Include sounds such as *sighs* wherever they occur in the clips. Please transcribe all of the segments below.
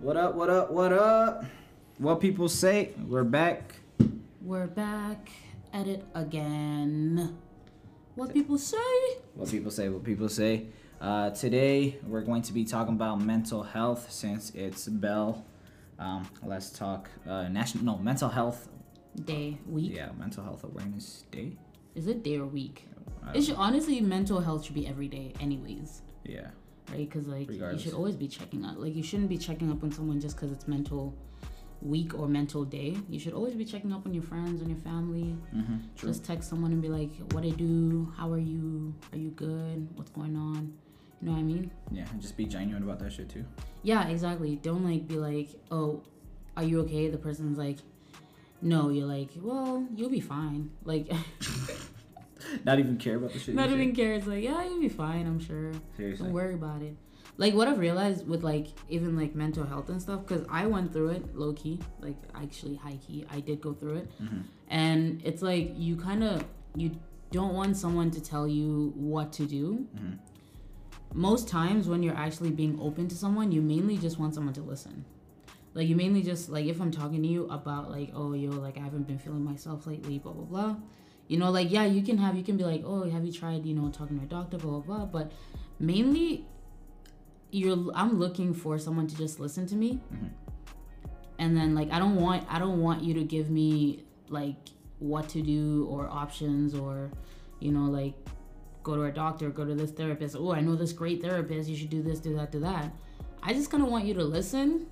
What up, what up, what up? What people say, we're back. We're back at it again. What people say? What people say, what people say. Uh, today, we're going to be talking about mental health since it's Bell. Um, let's talk uh, national, no, mental health. Day, week. Yeah, mental health awareness day. Uh, Is it day or week? I It should honestly mental health should be every day, anyways, Yeah. right? Because like Regardless. you should always be checking up. Like you shouldn't be checking up on someone just because it's mental week or mental day. You should always be checking up on your friends, on your family. Mm-hmm. True. Just text someone and be like, "What I do? How are you? Are you good? What's going on?" You know what I mean? yeah, and just be genuine about that shit too. Yeah, exactly. Don't like be like, oh, are you okay? The person's like, no. You're like, well, you'll be fine. Like, *laughs* Not even care about the shit. not you say. even care. It's like, yeah, you'll be fine. I'm sure. Seriously. Don't worry about it. Like what I've realized with like even like mental health and stuff, because I went through it low key, like actually high key. I did go through it, Mhm. and it's like you kind of you don't want someone to tell you what to do. Mhm. Most times when you're actually being open to someone, you mainly just want someone to listen. Like you mainly just like if I'm talking to you about like oh yo like I haven't been feeling myself lately blah blah blah, you know like yeah you can have you can be like oh have you tried you know talking to a doctor blah blah blah but mainly you're i'm looking for someone to just listen to me Mhm. and then like i don't want i don't want you to give me like what to do or options or you know like go to a doctor go to this therapist oh i know this great therapist you should do this do that do that i just kind of want you to listen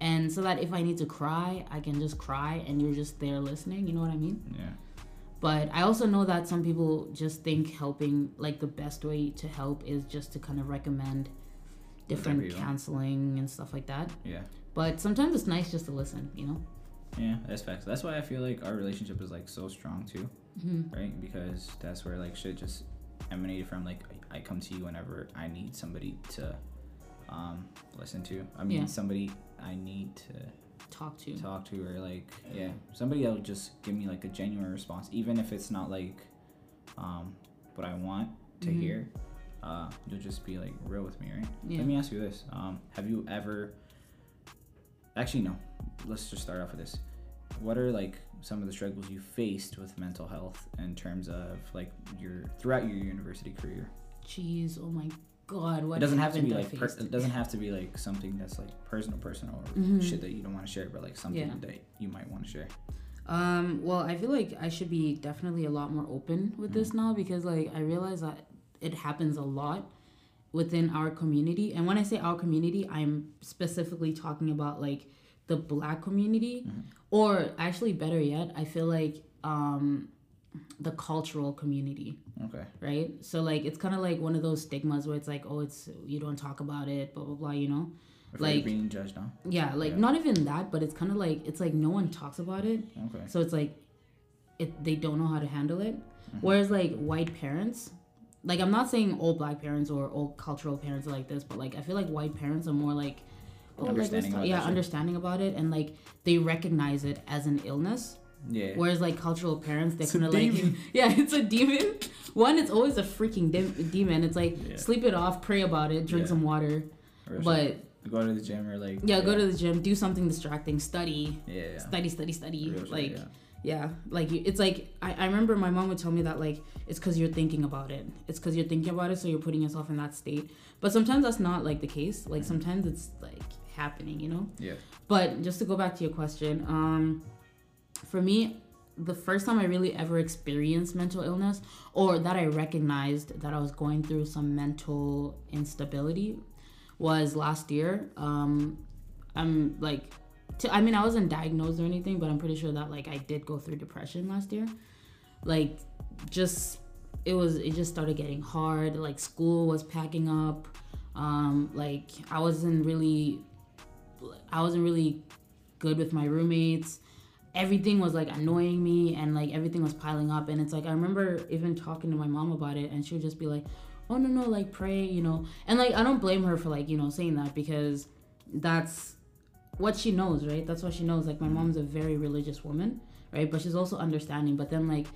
and so that if i need to cry i can just cry and you're just there listening you know what i mean Yeah. but I also know that some people just think helping, like the best way to help is just to kind of recommend different people. counseling and stuff like that. Yeah. But sometimes it's nice just to listen, you know? Yeah, that's facts. That's why I feel like our relationship is like so strong too, Mm-hmm. right? Because that's where like shit just emanated from. Like I I come to you whenever I need somebody to um, listen to. I mean, Yeah. somebody I need to Talk to. talk to, or like yeah, somebody that'll just give me like a genuine response, even if it's not like um, what I want to Mhm. hear. Uh, you'll just be like real with me, right? Yeah. Let me ask you this. Um, have you ever actually no. Let's just start off with this. What are like some of the struggles you faced with mental health in terms of like your throughout your university career? Jeez, oh my god, what it doesn't have to happened be I like per- faced? it doesn't have to be like something that's like personal personal or Mhm. shit that you don't want to share, but like something Yeah. that you might want to share. Um, well, I feel like I should be definitely a lot more open with this Mm. now because like I realize that it happens a lot within our community. And when I say our community, I'm specifically talking about like the black community Mm-hmm. or actually better yet, I feel like um the cultural community Okay. right? So like it's kind of like one of those stigmas where it's like, oh, it's you don't talk about it, blah blah blah, you know. Afraid of Like- being judged on. Yeah, like Yeah. not even that, but it's kind of like it's like no one talks about it, Okay. so it's like it they don't know how to handle it. Mm-hmm. Whereas like white parents, like I'm not saying all black parents or all cultural parents are like this, but like I feel like white parents are more like oh, like let's Understanding talk, about yeah, that shit. understanding about it and like they recognize it as an illness. Yeah. Whereas like cultural parents, they're It's a kind of like, demon. *laughs* yeah, it's a demon. One, it's always a freaking dem- demon. It's like Yeah. sleep it off, pray about it, drink Yeah. some water, Or it's but like, go to the gym or like yeah, go to the gym, do something distracting, study, yeah, yeah. study, study, study. Real shit, like yeah. yeah like you, it's like I, I remember my mom would tell me that like it's because you're thinking about it it's because you're thinking about it so you're putting yourself in that state but sometimes that's not like the case Mm-hmm. like sometimes it's like happening you know Yeah. but just to go back to your question um for me the first time i really ever experienced mental illness or that i recognized that i was going through some mental instability was last year um i'm like to, I mean, I wasn't diagnosed or anything, but I'm pretty sure that like I did go through depression last year. Like, just it was it just started getting hard. Like school was packing up. Um, like I wasn't really, I wasn't really good with my roommates. Everything was like annoying me, and like everything was piling up. And it's like I remember even talking to my mom about it, and she would just be like, "Oh no, no, like pray, you know." And like I don't blame her for like you know saying that because that's what she knows, right? That's what she knows. Like my mom's a very religious woman, right? But she's also understanding. But then like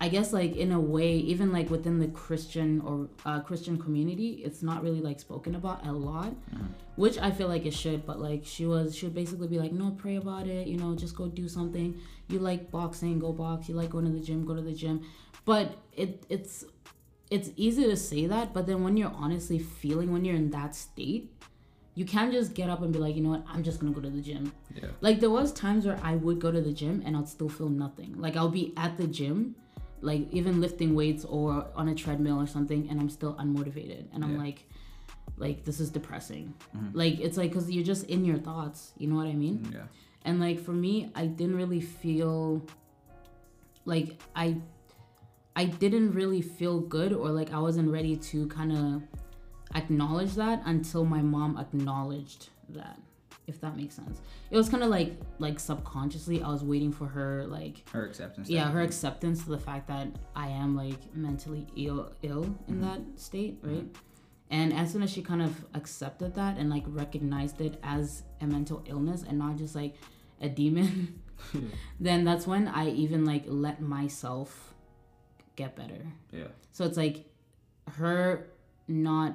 I guess like in a way, even like within the Christian or uh, Christian community, it's not really like spoken about a lot, Mhm. which I feel like it should. But like she was, she would basically be like, no, pray about it. You know, just go do something. You like boxing, go box. You like going to the gym, go to the gym. But it it's it's easy to say that, but then when you're honestly feeling when you're in that state, you can't just get up and be like, you know what, I'm just gonna go to the gym. Yeah. Like there was times where I would go to the gym and I'd still feel nothing. Like I'll be at the gym, like even lifting weights or on a treadmill or something, and I'm still unmotivated. And I'm Yeah. like, like this is depressing. Mhm. Like it's like because you're just in your thoughts. You know what I mean? Yeah. And like for me, I didn't really feel like I I didn't really feel good or like I wasn't ready to kind of acknowledge that until my mom acknowledged that if that makes sense. It was kind of like like subconsciously I was waiting for her like Her acceptance. yeah that- her acceptance to the fact that i am like mentally ill ill in that state right and as soon as she kind of accepted that and like recognized it as a mental illness and not just like a demon *laughs* then that's when i even like let myself get better *laughs* Yeah. so it's like her not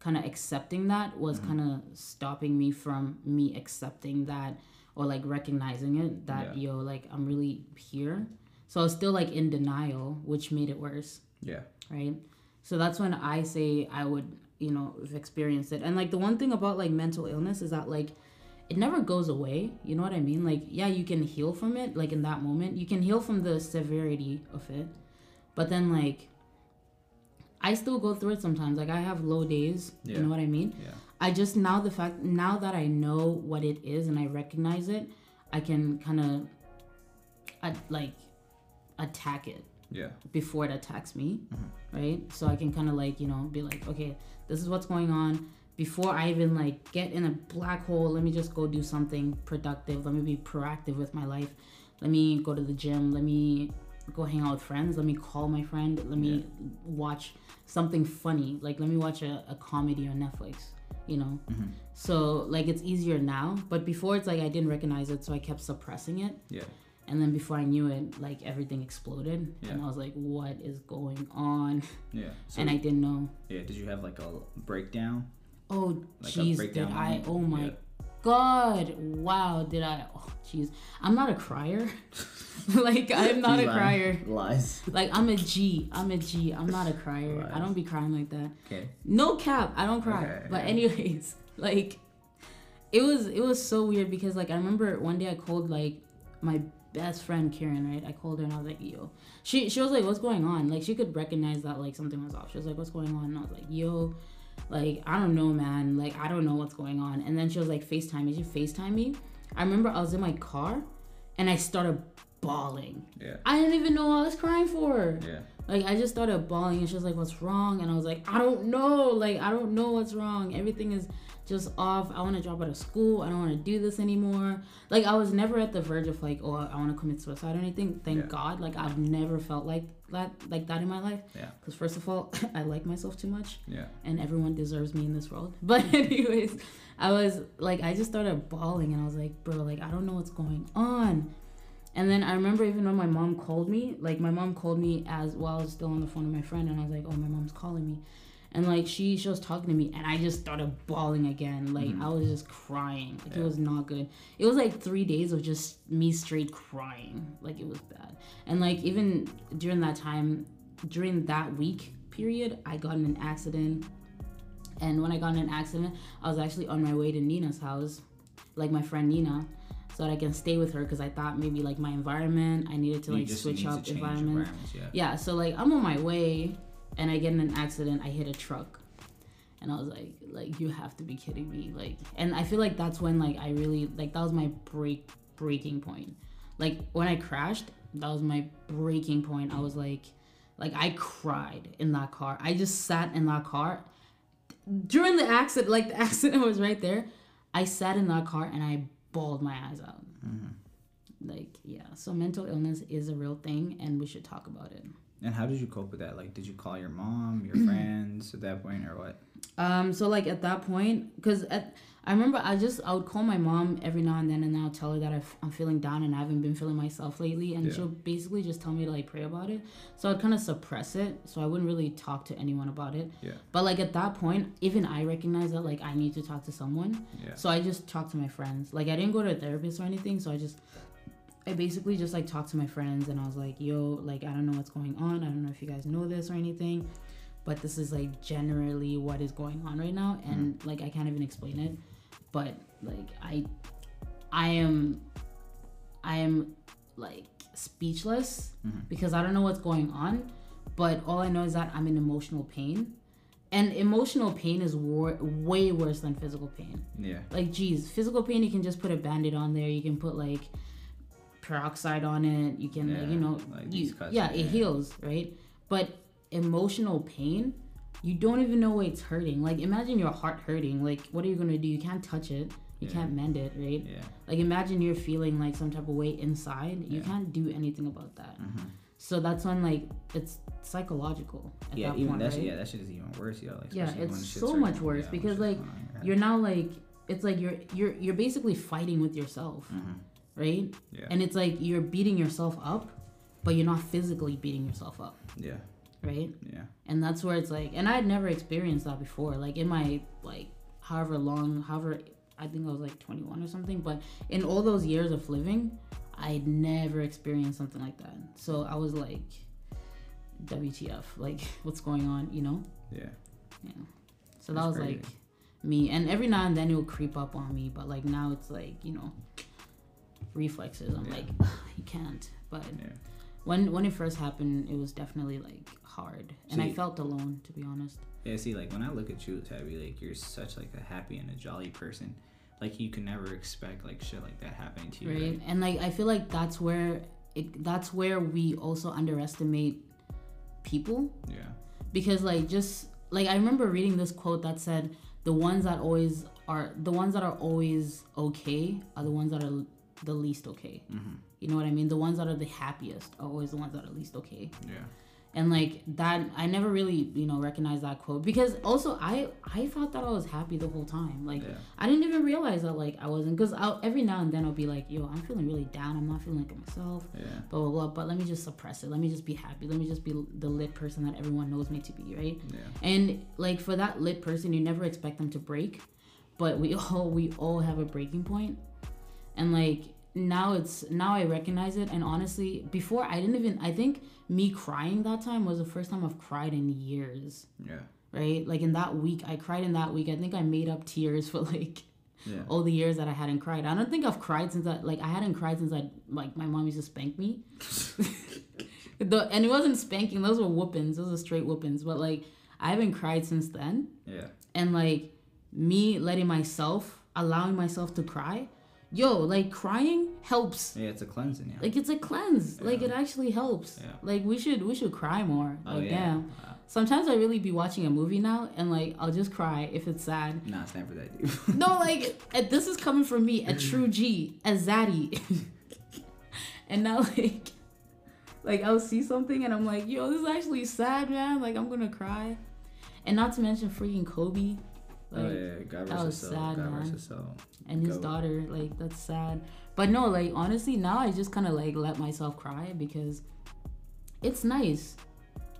kind of accepting that was kind of stopping me from me accepting that or like recognizing it that yo like I'm really here. So I was still like in denial, which made it worse, Yeah. right? So that's when I say I would, you know, have experienced it. And like the one thing about like mental illness is that like it never goes away. You know what I mean? Like, yeah, you can heal from it, like in that moment. You can heal from the severity of it. But then, like, I still go through it sometimes. Like, I have low days. Yeah. You know what I mean? Yeah. I just now the fact, now that I know what it is and I recognize it, I can kind of, like, attack it Yeah. before it attacks me, right? So I can kind of like, you know, be like, okay, this is what's going on. Before I even like get in a black hole, let me just go do something productive. Let me be proactive with my life. Let me go to the gym. Let me go hang out with friends. Let me call my friend. Let me watch something funny. Like, let me watch a, a comedy on Netflix, you know? So, like, it's easier now. But before, it's like I didn't recognize it, so I kept suppressing it. Yeah. And then before I knew it, like everything exploded, and Yeah. I was like, "What is going on?" Yeah. So and I didn't know. yeah, did you have like a breakdown? Oh, Like a jeez, did breakdown. I? moment? Oh my Yeah. god! Wow, did I? Oh, jeez, I'm not a crier. *laughs* like I'm not She's *laughs* a lying. crier. Lies. Like I'm a G. I'm a G. I'm not a crier. I don't be crying like that. Okay. No cap, I don't cry. Okay, But yeah. anyways, *laughs* like it was it was so weird because like I remember one day I called like my best friend Karen, right? I called her and I was like, yo. She she was like, What's going on? Like she could recognize that like something was off. She was like, What's going on? And I was like, yo, like I don't know, man. Like I don't know what's going on. And then she was like, FaceTime me. She FaceTime me. I remember I was in my car and I started bawling. Yeah. I didn't even know what I was crying for. Yeah. Like I just started bawling and she was like, What's wrong? And I was like, I don't know. Like I don't know what's wrong. Everything is just off. I wanna drop out of school. I don't wanna do this anymore. Like I was never at the verge of like, oh I wanna commit suicide or anything. Thank Yeah. God. Like I've never felt like that like that in my life. Yeah. Because first of all, *laughs* I like myself too much Yeah. and everyone deserves me in this world. *laughs* But anyways, I was like I just started bawling and I was like, bro, like I don't know what's going on. And then I remember even when my mom called me, like my mom called me as while I was still on the phone with my friend and I was like, Oh, my mom's calling me. And like she she was talking to me and I just started bawling again. Like I was just crying. Like Mm-hmm. Yeah. it was not good. It was like three days of just me straight crying. Like it was bad. And like even during that time, during that week period, I got in an accident. And when I got in an accident, I was actually on my way to Nina's house, like my friend Nina, so that I can stay with her because I thought maybe like my environment, I needed to You like just switch need up to change environments. environments. Yeah. Yeah, so like I'm on my way and I get in an accident, I hit a truck. And I was like, like you have to be kidding me. Like and I feel like that's when like I really like that was my break breaking point. Like when I crashed, that was my breaking point. I was like like I cried in that car. I just sat in that car during the accident, like the *laughs* accident was right there. I sat in that car and I bawled my eyes out. Like, yeah. So mental illness is a real thing and we should talk about it. Mm-hmm. And how did you cope with that? Like, did you call your mom, your friends at that point, or what? Um, so like at that point, because I remember I just I would call my mom every now and then, and I'll tell her that i f- I'm feeling down and I haven't been feeling myself lately, and Yeah. she'll basically just tell me to like pray about it. So I'd kind of suppress it, so I wouldn't really talk to anyone about it. Yeah. But like at that point, even I recognize that like I need to talk to someone, Yeah. so I just talked to my friends. Like I didn't go to a therapist or anything, so I just I basically just like talked to my friends and I was like, yo, like I don't know what's going on. I don't know if you guys know this or anything, but this is like generally what is going on right now and like I can't even explain it. But like I I am I am like speechless Mhm. because I don't know what's going on, but all I know is that I'm in emotional pain. And emotional pain is wor- way worse than physical pain Yeah. like geez physical pain you can just put a band-aid on there you can put like peroxide on it you can like Yeah, you know like you- these cuts, yeah it yeah. heals right but emotional pain you don't even know where it's hurting like imagine your heart hurting like what are you gonna do you can't touch it you Yeah. can't mend it right Yeah. like imagine you're feeling like some type of way inside you Yeah. can't do anything about that Mhm. so that's when like it's psychological at Yeah. that Even point that. right? shit. Yeah. That shit is even worse, yo. Like, Yeah, especially it's when shit's so already- much worse yeah, when because, shit's like, going on, you're now like it's like you're you're you're basically fighting with yourself Mhm. right Yeah. and it's like you're beating yourself up but you're not physically beating yourself up Yeah. right Yeah. and that's where it's like and i had never experienced that before like in my like however long however i think i was like 21 or something but in all those years of living i'd never experienced something like that so i was like wtf like *laughs* what's going on you know Yeah. yeah. So that That's was crazy. like me. And every now and then it would creep up on me, but like now it's like, you know, reflexes. I'm Yeah. like, *sighs* you can't. But Yeah. when when it first happened, it was definitely like hard. And I See- felt alone, to be honest. Yeah, see, like when I look at you, Tabby, like you're such like a happy and a jolly person. Like you can never expect like shit like that happening to you. Right? And like I feel like that's where it that's where we also underestimate people Yeah. because like just like I remember reading this quote that said the ones that always are the ones that are always okay are the ones that are the least okay. Mhm. You know what I mean? The ones that are the happiest are always the ones that are least okay. Yeah. And like that I never really, you know, recognized that quote because also I I thought that I was happy the whole time. Like Yeah. I didn't even realize that like I wasn't cuz every now and then I'll be like, "Yo, I'm feeling really down. I'm not feeling like myself." Yeah. Blah blah blah, but let me just suppress it. Let me just be happy. Let me just be the lit person that everyone knows me to be, right? Yeah. And like for that lit person, you never expect them to break, but we *laughs* all we all have a breaking point. And like now it's now I recognize it and honestly, before I didn't even I think me crying that time was the first time I've cried in years, Yeah. right? Like in that week, I cried in that week. I think I made up tears *laughs* for like Yeah. all the years that I hadn't cried. I don't think I've cried since I like I hadn't cried since I like my mom used to spank me. *laughs* the, and it wasn't spanking; those were whoopings. Those were straight whoopings. But like I haven't cried since then, Yeah. and like me letting myself, allowing myself to cry, yo, like crying helps. Yeah. It's a cleansing. Yeah. Like it's a cleanse. Like Yeah. it actually helps. Yeah. Like we should we should cry more. oh like yeah. damn. Wow. Sometimes I really be watching a movie now and like I'll just cry if it's sad. Nah, it's never that deep. No, like and this is coming from me, a true G, a zaddy. *laughs* and now like like I'll see something and I'm like, yo, this is actually sad, man. Like I'm gonna cry. And not to mention freaking Kobe. Like *laughs* oh yeah. God that was versus soul. God sad, man. versus soul. and his Go. daughter, like that's sad. But no, like honestly, now I just kinda like let myself cry because it's nice.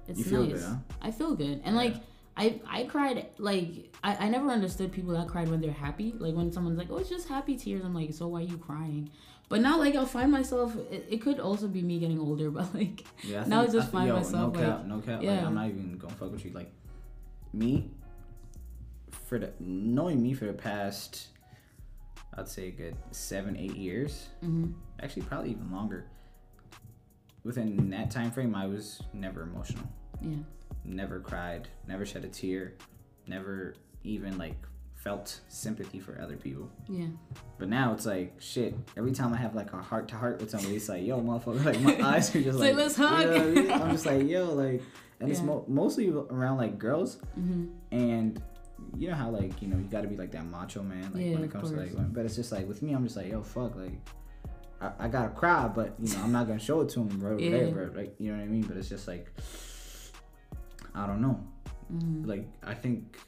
It's You feel nice. good, huh? I feel good. And like Yeah. I I cried like I, I never understood people that cried when they're happy. Like when someone's like, Oh, it's just happy tears, I'm like, so why are you crying? But now like I'll find myself it, it could also be me getting older, *laughs* but like Yeah. I Now I just thi- find yo, myself, No like, cap. no cap. Like yeah. I'm not even gonna fuck with you. Like me. For the knowing me for the past, I'd say a good seven eight years. mhm. actually probably even longer within that time frame i was never emotional yeah. never cried never shed a tear never even like felt sympathy for other people Yeah. but now it's like shit every time i have like a heart to heart with somebody it's like yo motherfucker like my *laughs* eyes are just Say, like "Let's hug." you know what I mean? i'm *laughs* just like yo like and it's Yeah. mo- mostly around like girls Mm-hmm. and you know how like you know you got to be like that macho man like Yeah, when of it comes to course. like when, but it's just like with me i'm just like yo fuck like I, I gotta cry but you know i'm not gonna show it to him bro Yeah. there, bro like you know what i mean but it's just like i don't know Mm-hmm. like i think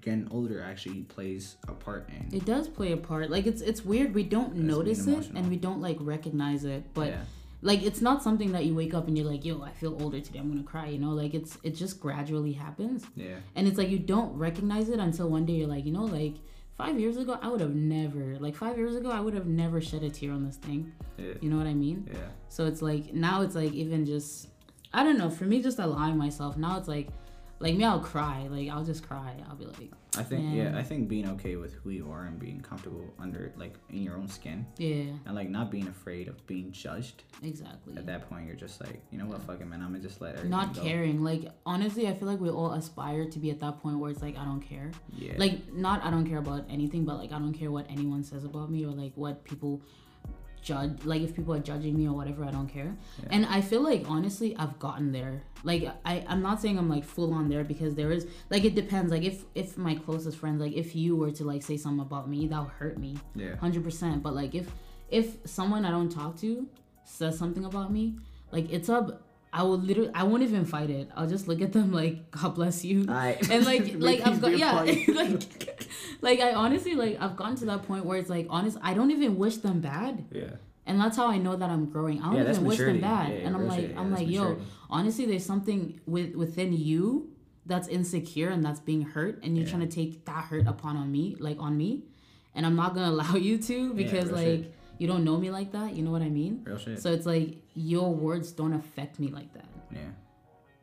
getting older actually plays a part in. It does play a part. Like it's it's weird. We don't notice it emotional. and we don't like recognize it. But yeah, like it's not something that you wake up and you're like, yo, I feel older today. I'm gonna cry. You know, like it's it just gradually happens. yeah, And it's like you don't recognize it until one day you're like, you know, like five years ago I would have never like five years ago I would have never shed a tear on this thing. yeah, You know what I mean? yeah. So it's like now it's like even just I don't know, for me just allowing myself now it's like like me I'll cry. Like I'll just cry. I'll be like, I think yeah, Yeah. I think being okay with who you are and being comfortable under like in your own skin Yeah, and like not being afraid of being judged. exactly. At that point, you're just like, you know what, fuck it, man. I'm gonna just let everything Not go. caring. Like honestly, I feel like we all aspire to be at that point where it's like I don't care. Yeah. Like not I don't care about anything, but like I don't care what anyone says about me or like what people judge like if people are judging me or whatever i don't care Yeah. and i feel like honestly i've gotten there like I, i'm not saying i'm like full on there because there is like it depends like if if my closest friends like if you were to like say something about me that would hurt me yeah. hundred percent. But like if if someone I don't talk to says something about me, like it's up. I will literally. I won't even fight it. I'll just look at them like God bless you, Alright. *laughs* and *laughs* like Make like these I've got be a yeah party. *laughs* like like I honestly like I've gotten to that point where it's like honest. I don't even wish them bad, Yeah. and that's how I know that I'm growing. I don't Yeah, that's even wish maturity. them bad, Yeah, yeah, and I'm real like shit. Yeah, I'm that's like yo, maturity. honestly, there's something with within you that's insecure and that's being hurt, and you're Yeah. trying to take that hurt upon on me, like on me, and I'm not gonna *laughs* allow you to because real like shit. you don't know me like that. You know what I mean? Real shit. So it's like your words don't affect me like that. yeah.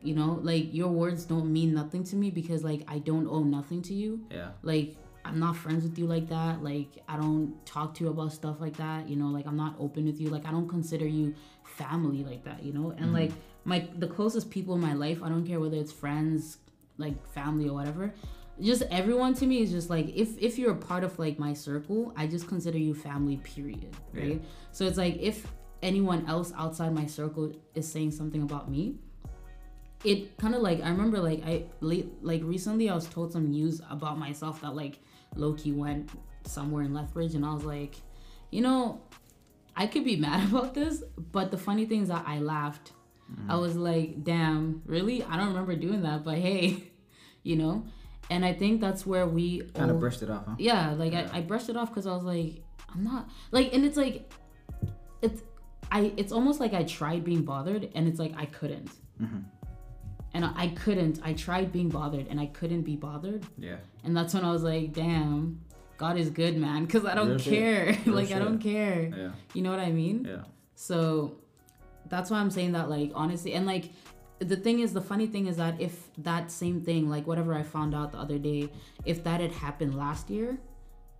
You know, like your words don't mean nothing to me because like I don't owe nothing to you Yeah. like I'm not friends with you like that. Like I don't talk to you about stuff like that. You know, like I'm not open with you. Like I don't consider you family like that. You know, and like my the closest people in my life, I don't care whether it's friends, like family or whatever. Just everyone to me is just like if if you're a part of like my circle, I just consider you family. Period. Right. Yeah. So it's like if anyone else outside my circle is saying something about me, it kind of like I remember like I late like recently I was told some news about myself that like Loki went somewhere in Lethbridge and I was like, you know, I could be *laughs* mad about this, but the funny thing is that I laughed. I was like, damn, really? I don't remember doing that, but hey, *laughs* you know. And I think that's where we Kind of all- brushed it off, huh? Oh. yeah like Yeah. I, I brushed it off because i was like i'm not like and it's like it's i it's almost like i tried being bothered and it's like i couldn't Mhm. and I, I couldn't i tried being bothered and i couldn't be bothered Yeah. and that's when i was like damn god is good man because i don't Real shit. care *laughs* Real like i shit. don't care Yeah. you know what i mean Yeah. so that's why I'm saying that, like, honestly, and like, the thing is, the funny thing is that if that same thing, like, whatever I found out the other day, if that had happened last year,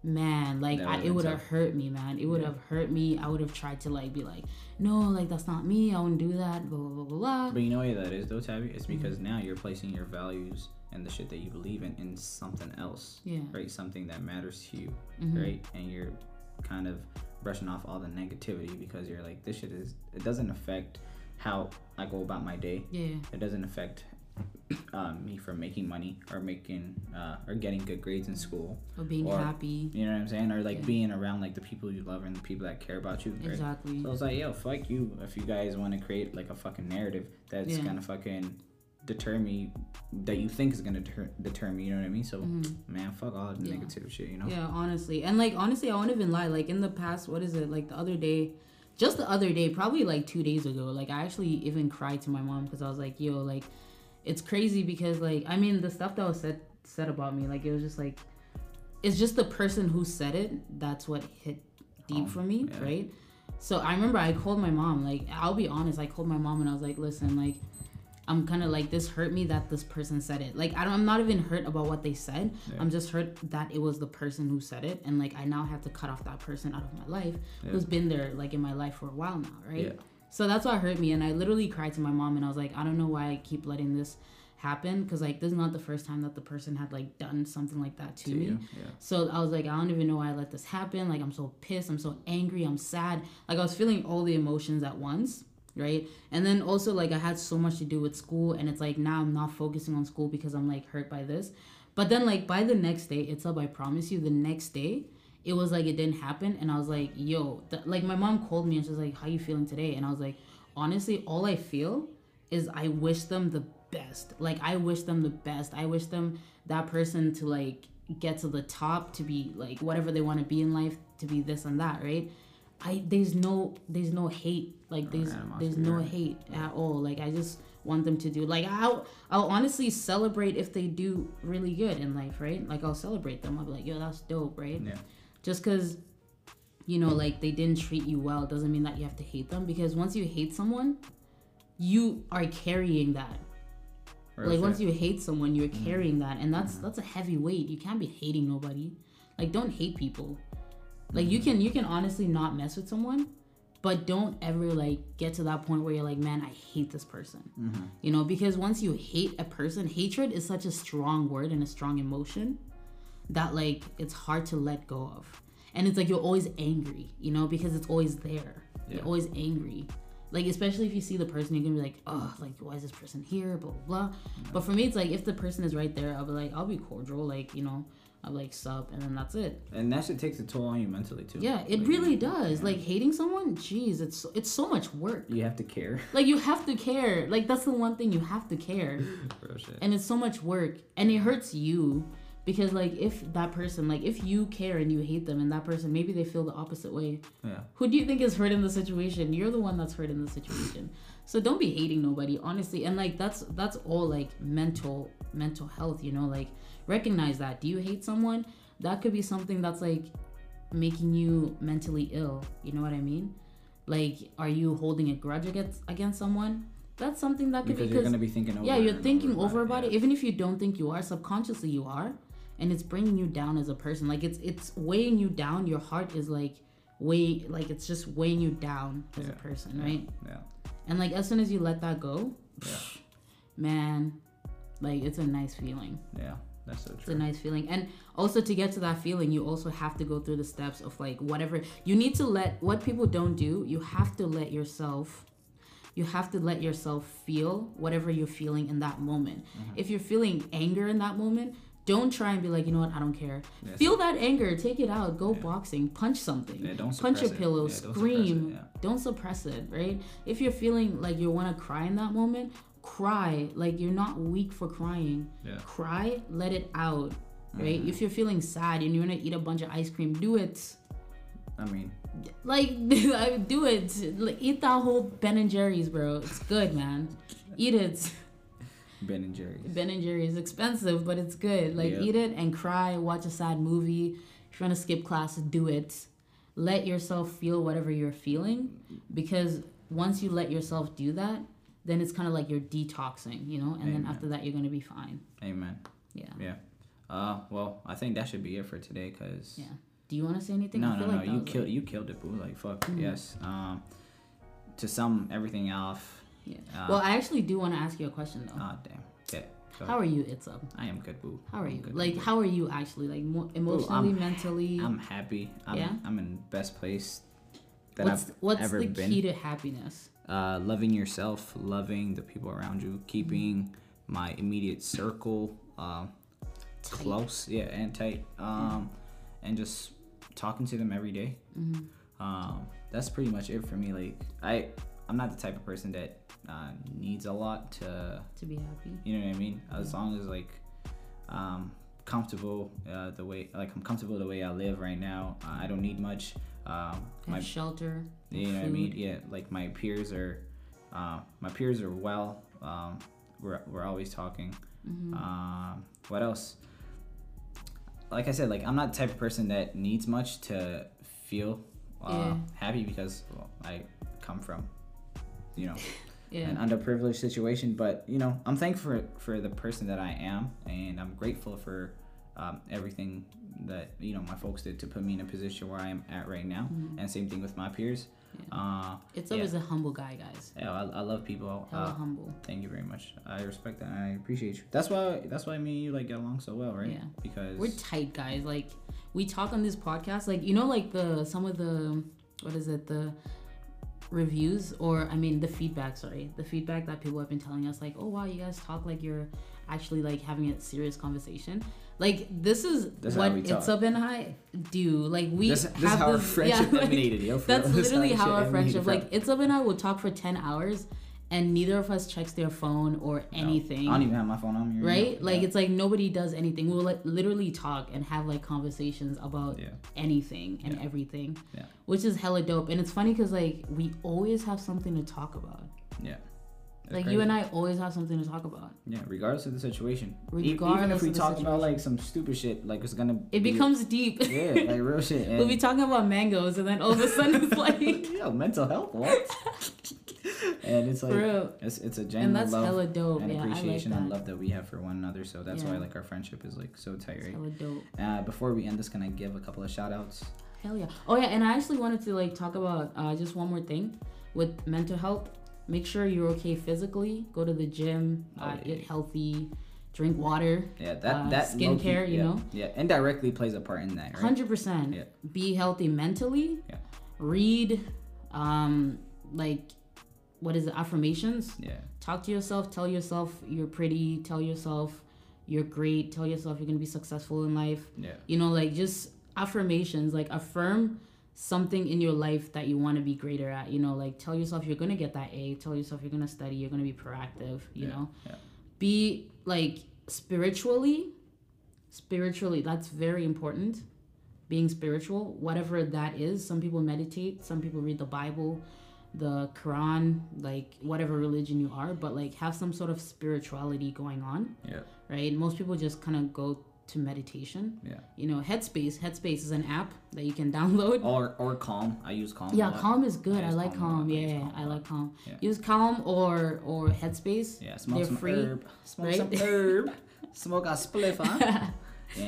man, like, That I, would've it been would have tough. hurt me, man. It would have hurt me. I would have tried to, like, be like, no, like, that's not me. I wouldn't do that, blah, blah, blah, blah, blah. But you know why that is though, Tabby? It's Mm-hmm. because now you're placing your values and the shit that you believe in in something else, Yeah. right? Something that matters to you, Mhm. right? And you're kind of brushing off all the negativity because you're like, this shit is. It doesn't affect how I go about my day. Yeah. It doesn't affect *coughs* um, me from making money or making uh, or getting good grades in school. Or being Or- happy. You know what I'm saying? Or like Yeah. being around like the people you love and the people that care about you. Right? Exactly. So it's like, yo, fuck you. If you guys want to create like a fucking narrative that's Yeah. gonna fucking deter me, that you think is gonna deter, deter me, you know what I mean? So, Mhm. man, fuck all the Yeah. negative shit, you know? Yeah, honestly. And like honestly, I won't even lie. Like in the past, what is it? Like the other day, just the other day, probably like 2 days ago, like I actually even cried to my mom cuz I was like, "Yo, like it's crazy because like I mean, the stuff that was said said about me, like it was just like it's just the person who said it that's what hit deep Home, for me, Oh, yeah. right? So I remember I called my mom, like I'll be honest, I called my mom and I was like, "Listen, like I'm kind of like this hurt me that this person said it. Like I don't, I'm not even hurt about what they said. Yeah. I'm just hurt that it was the person who said it, and like I now have to cut off that person out of my life Yeah. who's been there like in my life for a while now, right? Yeah. So that's what hurt me, and I literally cried to my mom, and I was like, I don't know why I keep letting this happen, because like this is not the first time that the person had like done something like that to, To me. you. Yeah. So I was like, I don't even know why I let this happen. Like, I'm so pissed. I'm so angry. I'm sad. Like, I was feeling all the emotions at once, right? And then also, like, I had so much to do with school. And it's like, now I'm not focusing on school because I'm like hurt by this. But then, like, by the next day, it's up. I promise you, the next day, it was like it didn't happen. And I was like, yo, th- like, my mom called me and she was like, how you feeling today? And I was like, honestly, all I feel is I wish them the best. Like I wish them the best. I wish them that person to like get to the top to be like whatever they want to be in life to be this and that, right? I there's no there's no hate. Like there's there's animosity, no right. hate at all. Like I just want them to do like I'll I'll honestly celebrate if they do really good in life, right? Like I'll celebrate them. I'll be like, yo, that's dope, right? Yeah. Just cause you know, like they didn't treat you well doesn't mean that you have to hate them because once you hate someone, you are carrying that Real like shit. once you hate someone you're carrying that and that's that's a heavy weight you can't be hating nobody like don't hate people like you can you can honestly not mess with someone but don't ever like get to that point where you're like man i hate this person you know because once you hate a person hatred is such a strong word and a strong emotion that like it's hard to let go of and it's like you're always angry you know because it's always there Yeah. you're always angry like especially if you see the person you're gonna be like oh like why is this person here blah blah, blah. but for me it's like if the person is right there i'll be like i'll be cordial like you know i'll be like sup and then that's it and that shit takes a toll on you mentally too. yeah it Like, really does like hating someone jeez it's it's so much work You have to care. *laughs* like you have to care like that's the one thing you have to care Real shit. and it's so much work and it hurts you because like if that person like if you care and you hate them and that person maybe they feel the opposite way Yeah. who do you think is hurt in the situation you're the one that's hurt in the situation so don't be hating nobody honestly and like that's that's all like mental mental health you know like recognize that do you hate someone that could be something that's like making you mentally ill you know what i mean like are you holding a grudge against against someone that's something that could Because be you're because gonna be thinking over. yeah you're and thinking over about it yeah. even if you don't think you are subconsciously you are and it's bringing you down as a person like it's it's weighing you down your heart is like weigh like it's just weighing you down as a Yeah, person yeah, right Yeah. and like as soon as you let that go Yeah. man like it's a nice feeling Yeah. That's so it's a true. nice feeling and also to get to that feeling you also have to go through the steps of like whatever you need to let what people don't do you have to let yourself you have to let yourself feel whatever you're feeling in that moment Mm-hmm. if you're feeling anger in that moment don't try and be like you know what i don't care Yeah, feel that anger take it out go Yeah. boxing punch something Yeah, don't punch suppress a it. Yeah, pillow don't suppress it, scream yeah. don't suppress it right if you're feeling like you want to cry in that moment cry like you're not weak for crying Yeah. cry let it out right Mm-hmm. if you're feeling sad and you want to eat a bunch of ice cream do it I mean, like *laughs* I would do it like, eat that whole ben and jerry's bro it's good man eat it *laughs* Ben and Jerry's. ben and jerry's expensive but it's good like Yeah. eat it and cry watch a sad movie if you want to skip class do it let yourself feel whatever you're feeling because once you let yourself do that then it's kind of like you're detoxing you know and Amen. then after that you're gonna be fine Amen. yeah Yeah. Uh, well, I think that should be it for today, cause Yeah. Do you want to say anything? no, no, I feel no, like that you was, killed, like- you killed it, boo. Like fuck, Mhm. yes. Um, to sum everything off. Yeah. Uh, well, I actually do want to ask you a question though. Ah, damn. Okay. Go how are you? It's up. I am good, boo. How are I'm you? good, I'm like, good. how are you actually? Like, mo- emotionally, mentally. I'm happy. I'm, Yeah? I'm in best place that what's I've what's ever the been. key to happiness? uh, loving yourself, loving the people around you, keeping my immediate circle um, close, yeah, and tight, um, and just talking to them every day. Um, that's pretty much it for me. Like I, I'm not the type of person that uh, needs a lot to, To be happy. you know what I mean. As long as like um, comfortable uh, the way, like I'm comfortable the way I live right now. Uh, I don't need much. Um, I my have shelter. you know what I Mm-hmm. mean? Yeah, like my peers are, uh, my peers are well. Um, we're, we're always talking. Um, what else? Like I said, like I'm not the type of person that needs much to feel uh, Yeah. happy because well, I come from, you know, Yeah. an underprivileged situation. But you know, I'm thankful for, for the person that I am, and I'm grateful for um, everything that you know my folks did to put me in a position where I am at right now. Mm-hmm. And same thing with my peers. Uh, it's yeah. always a humble guy, guys. yeah, I, I love people. Hella Uh, humble. thank you very much. I respect that. and I appreciate you. That's why. That's why me and you like get along so well, right? Yeah. Because We're tight, guys. Like, we talk on this podcast. Like, you know, like the some of the what is it the reviews or I mean the feedback. Sorry, the feedback that people have been telling us, like, oh wow, you guys talk like you're actually like having a serious conversation. Like, this is That's how what we talk. it's up and high do. Like, we this, this have is how our this- friendship yeah, *laughs* like, emanated, yo. for That's real. *laughs* This is literally this how shit our friendship. emanated, bro. Like, it's up and I will talk for ten hours. and neither of us checks their phone or No, anything. I don't even have my phone on me. right? now. Like Yeah. it's like nobody does anything. We'll like literally talk and have like conversations about Yeah. anything and Yeah. everything. Yeah. Which is hella dope. And it's funny cuz like we always have something to talk about. Yeah. That's like crazy. you and I always have something to talk about. Yeah, regardless of the situation. E- even Regardless if we of the talk situation. about like some stupid shit, like it's gonna. It be- becomes deep. *laughs* Yeah, like real shit. And, *laughs* we'll be talking about mangoes and then all of a sudden it's *laughs* like Yo, mental health. What? and it's like for real. it's it's a genuine And that's love hella dope. and yeah, appreciation I like and that. love that we have for one another. So that's why Yeah. like our friendship is like so tight, It's right? hella dope. Uh, before we end this, can I give a couple of shout outs? Hell yeah. Oh yeah, and I actually wanted to like talk about uh, just one more thing with mental health. Make sure you're okay physically. Go to the gym. Uh, Oh, yeah. Get healthy. Drink water. Yeah, that Uh, that low-key- skincare, you yeah, know? Yeah, indirectly plays a part in that, right? Hundred percent. Yeah. Be healthy mentally. Yeah. Read. Um, like, what is it? Affirmations. Yeah, Talk to yourself. Tell yourself you're pretty. Tell yourself you're great. Tell yourself you're gonna be successful in life. yeah, you know like just affirmations like affirm something in your life that you want to be greater at you know like tell yourself you're gonna get that a tell yourself you're gonna study you're gonna be proactive you Yeah, know yeah. be like spiritually spiritually that's very important being spiritual whatever that is some people meditate some people read the bible the quran like whatever religion you are but like have some sort of spirituality going on yeah, right most people just kind of go to meditation yeah. you know headspace headspace is an app that you can *laughs* download Or or calm. Oh, I use calm. a yeah lot. calm is good Yeah, i it's like Calm, calm yeah, yeah, it's yeah, Calm, i yeah. like calm Yeah. use calm or or headspace Yeah, smoke They're some free, herb. Smoke right? some herb. *laughs* smoke a spliff, *laughs* huh?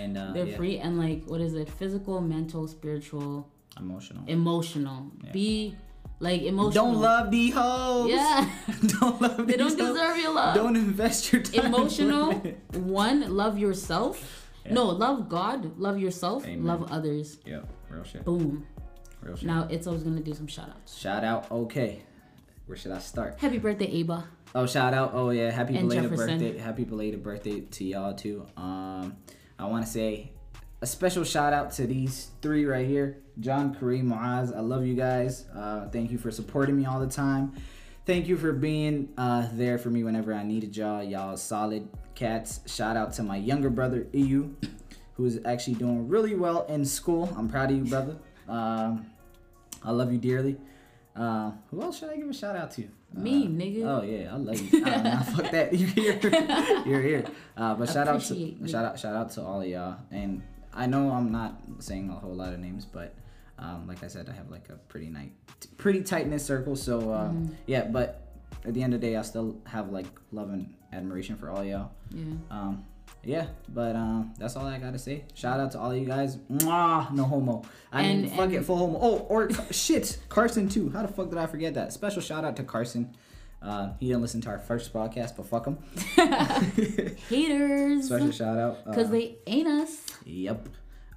and uh, they're yeah, free and like what is it physical mental spiritual emotional. emotional Yeah. be like emotional Don't love the hoes. yeah *laughs* don't love *laughs* they don't these hoes. deserve your love Don't *laughs* invest your time. in *laughs* emotional women. one love yourself Yeah. no love god love yourself Amen. love others Yeah, real shit. boom Real shit. now it's always gonna do some shout outs Shout out. Okay, where should I start? happy birthday aba Oh, shout out. Oh yeah, happy And belated Jefferson. birthday. Happy belated birthday to y'all too. Um, I want to say a special shout out to these three right here. John, Kareem, Moaz. I love you guys. Uh, thank you for supporting me all the time. Thank you for being uh, there for me whenever I needed y'all. Y'all solid cats. Shout out to my younger brother, EU, who is actually doing really well in school. I'm proud of you, brother. Um, I love you dearly. Uh, who else should I give a shout out to? me Uh, nigga Oh yeah, I love you. Nah, nah, *laughs* fuck that. You're here. You're here. *laughs* Uh, but shout out to Appreciate me. shout out shout out to all of y'all. And I know I'm not saying a whole lot of names, but um, like I said, I have like a pretty night, pretty tight knit circle. So uh, Mm-hmm. yeah, but at the end of the day, I still have like love and admiration for all y'all. yeah Um, yeah, but um, that's all I gotta say. Shout out to all of you guys. Mwah, no homo. I mean, And- fuck and- it, full homo. Oh, or *laughs* shit, Carson too. How the fuck did I forget that? Special shout out to Carson. Uh, he didn't listen to our first podcast, but fuck him. *laughs* haters Special shout out. because uh, they ain't us Yep.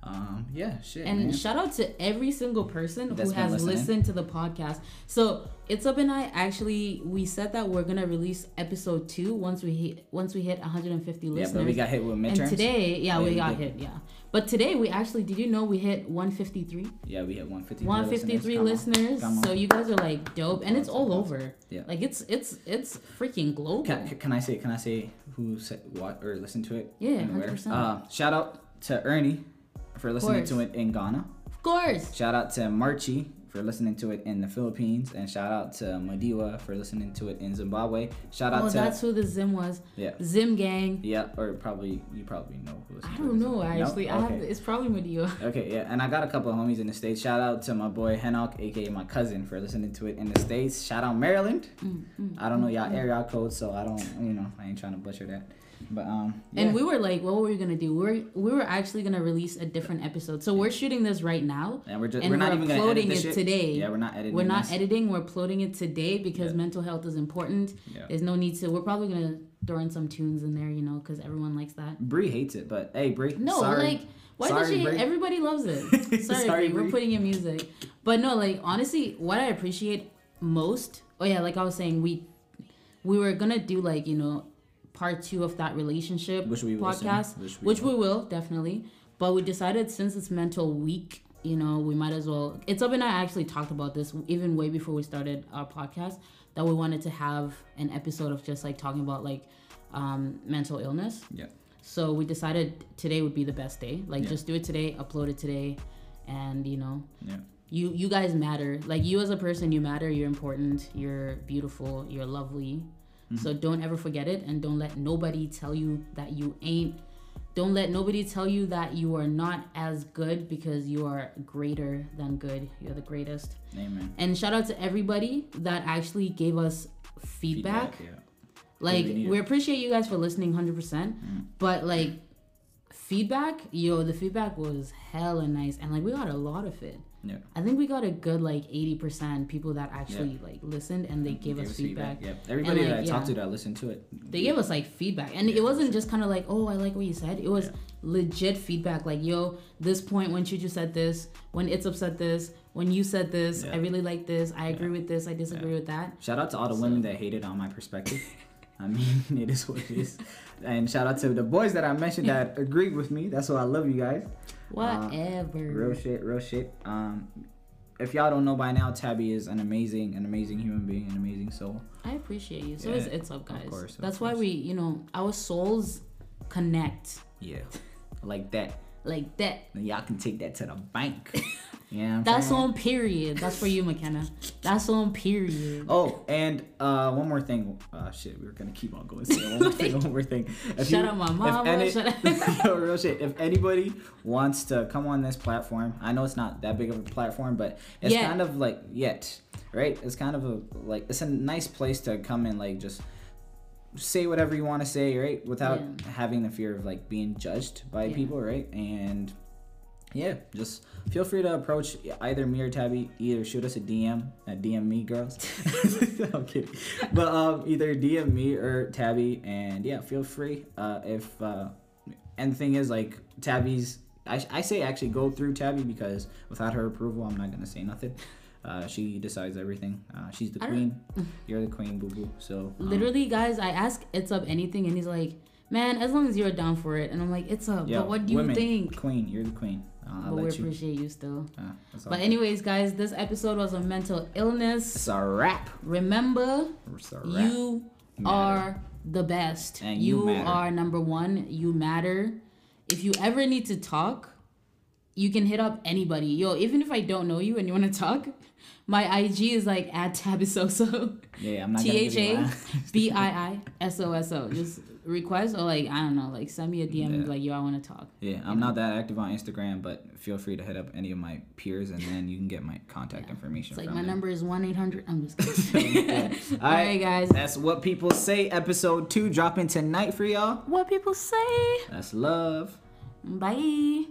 Um, yeah, shit. and man. shout out to every single person That's who been has listening. listened to the podcast so it's up and i actually we said that we're gonna release episode two once we hit once we hit 150 yeah, listeners but we got hit with midterms. and today yeah Yeah, we we got did. hit yeah but today we actually did you know we hit 153 yeah, we hit 153. 153 listeners, Come on. so you guys are like dope and it's all over Yeah. like it's it's it's freaking global Can, can I say? Can I say who said what or listen to it? Yeah, and where? 100%. Uh, shout out to Ernie for listening to course. it in Ghana. of course Shout out to Marchi for listening to it in the Philippines, and shout out to Madiwa for listening to it in Zimbabwe. Shout out oh to that's who the zim was yeah, zim gang yeah, or probably you probably know who. listened I to it don't in know Zimbabwe. No? actually. I have Okay. it's probably Medea. Okay, yeah, and I got a couple of homies in the states. Shout out to my boy Henok, aka my cousin, for listening to it in the states. Shout out Maryland. Mm, I don't know y'all area code, so I don't, you know, I ain't trying to butcher that. But um, yeah. And we were like, what were we gonna do? We were we were actually gonna release a different episode. So we're shooting this right now. and we're just and we're not we're even gonna uploading edit this it shit. today. Yeah, we're not editing. We're not this. editing, we're uploading it today because Yeah. mental health is important. Yeah. There's no need to we're probably gonna throw in some tunes in there, you know, because everyone likes that. Bree hates it, but hey, Bree. No, sorry. like why does Sorry, she Brie. everybody loves it. *laughs* Sorry, Sorry, Brie, we're Brie. putting in music. But no, like honestly, what I appreciate most oh yeah, like I was saying, we we were gonna do like, you know, part two of that relationship Which we will soon. podcast. Which we which will. we will, definitely. But we decided since it's mental week, you know, we might as well it's up and I actually talked about this even way before we started our podcast that we wanted to have an episode of just like talking about like um, mental illness. Yeah. So we decided today would be the best day. Like Yeah. just do it today, upload it today, and you know, Yeah. you you guys matter. Like you as a person, you matter. You're important. You're beautiful. You're lovely. So don't ever forget it, and don't let nobody tell you that you ain't. Don't let nobody tell you that you are not as good because you are greater than good. You're the greatest. Amen. And shout out to everybody that actually gave us feedback. Feedback, Like Really Mm. needed. we appreciate you guys for listening 100%, but like feedback, yo, the feedback was hella nice and like we got a lot of it. Yeah. I think we got a good like 80% people that actually like listened and they yeah. gave, us feedback. Yeah. Everybody like, that I talked yeah. to that listened to it. They gave us like feedback and Yeah, it for wasn't just kind of like, "Oh, I like what you said." It was Yeah. legit feedback like, "Yo, this point when Chuchu said this, when it's upset this, when you said this, Yeah. I really like this, I agree with this, I disagree with that." Shout out to all the women that hated on my perspective. I mean, *laughs* it is what it is. And shout out to the boys that I mentioned *laughs* that agreed with me. That's why I love you guys. Whatever. Real shit, real shit. Um, if y'all don't know by now, Tabby is an amazing, an amazing human being, an amazing soul. I appreciate you. So Yeah, is it's up, guys. course, of That's why course. we, you know, our souls connect *laughs* Yeah, like that. like that. Then y'all can take that to the *laughs* bank. Yeah. That's on period. That's for you, McKenna. That's on period. Oh, and uh, one more thing. Uh, shit, we were gonna keep on going. So one more thing. One more *laughs* thing. If Shout out my mama, shout *laughs* *laughs* Yo, real shit. If anybody wants to come on this platform, I know it's not that big of a platform, but it's Yet. kind of like yet, right? It's kind of a like it's a nice place to come and like just say whatever you want to say, right? Without Yeah. having the fear of like being judged by Yeah. people, right? And yeah, just feel free to approach either me or Tabby. Either shoot us a DM, at DM me, girls. *laughs* I'm kidding. But um, either DM me or Tabby, and yeah, feel free. Uh, if uh, and the thing is, like Tabby's, I, I say actually go through Tabby because without her approval, I'm not gonna say nothing. Uh, she decides everything. Uh, she's the I don't- queen. You're the queen, boo boo. So um, Literally, guys, I ask it's up anything, and he's like, "Man, as long as you're down for it," and I'm like, "It's up." yeah, but what do you women, think? Queen, you're the queen. Uh, I'll but we let you. appreciate you still. Uh, that's all. But anyways, guys, this episode was on mental illness. it's a wrap. Remember, It's a wrap. you Matter. are the best. And you matter. are number one. You matter. If you ever need to talk, you can hit up anybody. Yo, even if I don't know you and you want to talk, my IG is like at tabisoso. yeah, I'm not T gonna H give you A that. B I I S O S O. Just request or like I don't know, like send me a DM and be Yeah. like, yo, I wanna talk. *laughs* Yeah, I'm not that active on Instagram, but feel free to hit up any of my peers, and then you can get my contact information. It's like from my them. number is one eight hundred. *laughs* I'm just kidding. *laughs* Yeah. All right, guys. That's what people say. Episode two dropping tonight for y'all. What people say. That's love. Bye.